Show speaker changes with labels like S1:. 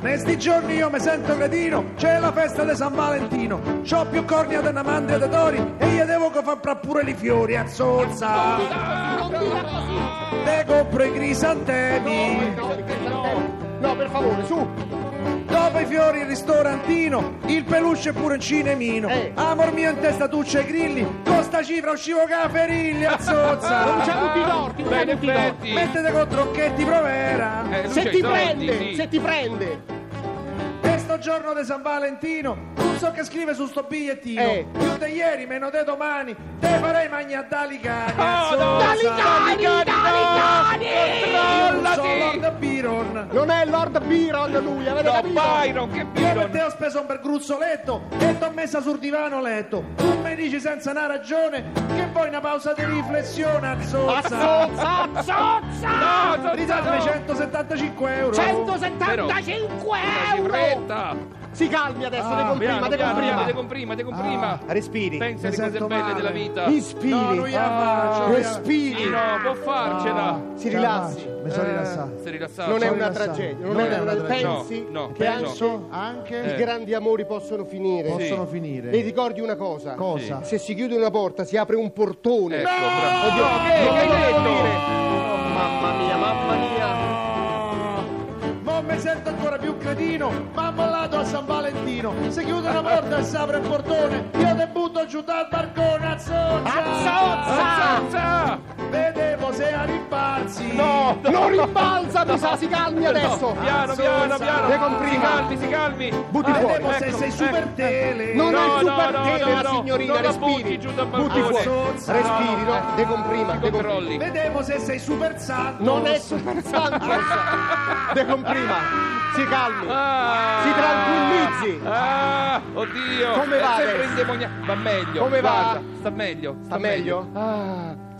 S1: Ne sti giorni io mi sento cretino, c'è la festa di San Valentino. C'ho più cornia di una mandria di tori e gli devo che far pra pure i fiori a zolza.
S2: Non dirà così!
S1: Te compro i crisantemi,
S2: No, perché no! No, per favore, su!
S1: dopo i fiori il ristorantino, il peluche e pure un cinemino.
S2: Eh.
S1: Amor mio in testa tu c'hai grilli, con sta cifra uscivo caferilli a
S2: Non
S1: zolza.
S3: Ah,
S2: c'è tutti i torti, non
S3: Beh,
S2: c'è
S3: in
S2: tutti i torti!
S3: effetti.
S1: Mettete con trocchetti provera.
S3: Eh, lui c'ha
S2: Se
S3: i
S2: ti
S3: torti,
S2: prende,
S3: sì.
S2: se ti prende!
S1: E sto giorno di San Valentino, non so che scrive su sto bigliettino.
S2: Eh.
S1: Più di ieri, meno di domani, te farei magna dali cani.
S3: Oh, no!
S2: Dali cani,
S3: Dali
S2: dali cani!
S3: Controllati!
S1: Lord Biron.
S2: Non è Lord Biron lui, avete
S3: No,
S2: capito?
S3: Byron, eh, che
S1: Io per te
S3: Byron!
S1: ho speso un bel gruzzoletto e t'ho messa sul divano letto. Tu mi dici senza una ragione che vuoi una pausa di riflessione, azzozza.
S2: Azzozza, azzozza!
S3: No,
S1: Ridatemi
S3: no.
S1: 175 euro.
S2: 175
S3: Dai,
S2: euro!
S3: fretta!
S2: Si calmi
S3: Ah,
S2: adesso, te
S3: Piano,
S2: comprima, te Ah,
S3: piano, piano,
S2: comprima!
S3: te comprima, te comprima!
S2: eh, Respiri,
S3: Pensa
S1: Mi
S3: alle cose
S1: sento
S3: belle
S1: male.
S3: della vita!
S2: inspiri,
S1: No, non gliela faccio, non gliela-
S2: respiri,
S3: Sì, no, può farcela!
S2: Ah.
S1: Ah.
S2: si rilassi.
S4: Mi sono rilassato.
S3: Si rilassato.
S2: Ah. Non è
S4: sono
S2: una
S4: rilassato.
S2: tragedia, non, è una tragedia. Pensi
S3: No, no,
S2: che anche
S3: penso.
S4: Anche
S3: Eh.
S2: i grandi amori possono finire.
S4: possono
S3: sì.
S4: finire.
S2: E ricordi una cosa.
S4: Cosa?
S2: Se si chiude una porta si apre un portone.
S3: Ecco, bravo.
S2: Oddio, che,
S3: no,
S2: che hai
S3: no.
S2: detto? Mamma mia, mamma mia.
S1: Ma mi sento ancora più cretino, ma ammollato a San Valentino. Se chiude una porta e si apre un portone, io te butto giù dal barcone,
S2: Ah!
S1: azzozza!
S3: Azzozza!
S1: Vedevo se arripazzi.
S3: No!
S2: Non rimbalza, mi sa, si calmi adesso.
S3: Piano, piano, piano!
S2: Te comprima.
S3: Si calmi, si calmi!
S2: Butti
S3: Ah,
S2: fuori.
S1: Vedevo se
S3: ecco,
S1: sei super
S3: ecco.
S1: tele.
S2: Non
S3: No,
S2: è il
S3: no,
S2: supertele,
S3: no, no,
S2: la
S3: no.
S2: signorina,
S3: Non la
S2: respiri.
S3: butti giù dal
S2: Butti
S3: balcone.
S2: fuori.
S1: Azzozza.
S2: Respiri, no? Decomprima,
S3: Ti
S2: decomprima.
S3: controlli!
S1: Vedevo se sei super santo.
S2: Non è Super Sanchez. Decomprima. Si calmi.
S3: Ah!
S2: Si tranquillizzi.
S3: Ah! Oddio!
S2: Come va
S3: È sempre
S2: adesso?
S3: indemonia- Va meglio!
S2: Come va?
S3: guarda, Sta meglio!
S2: Sta meglio?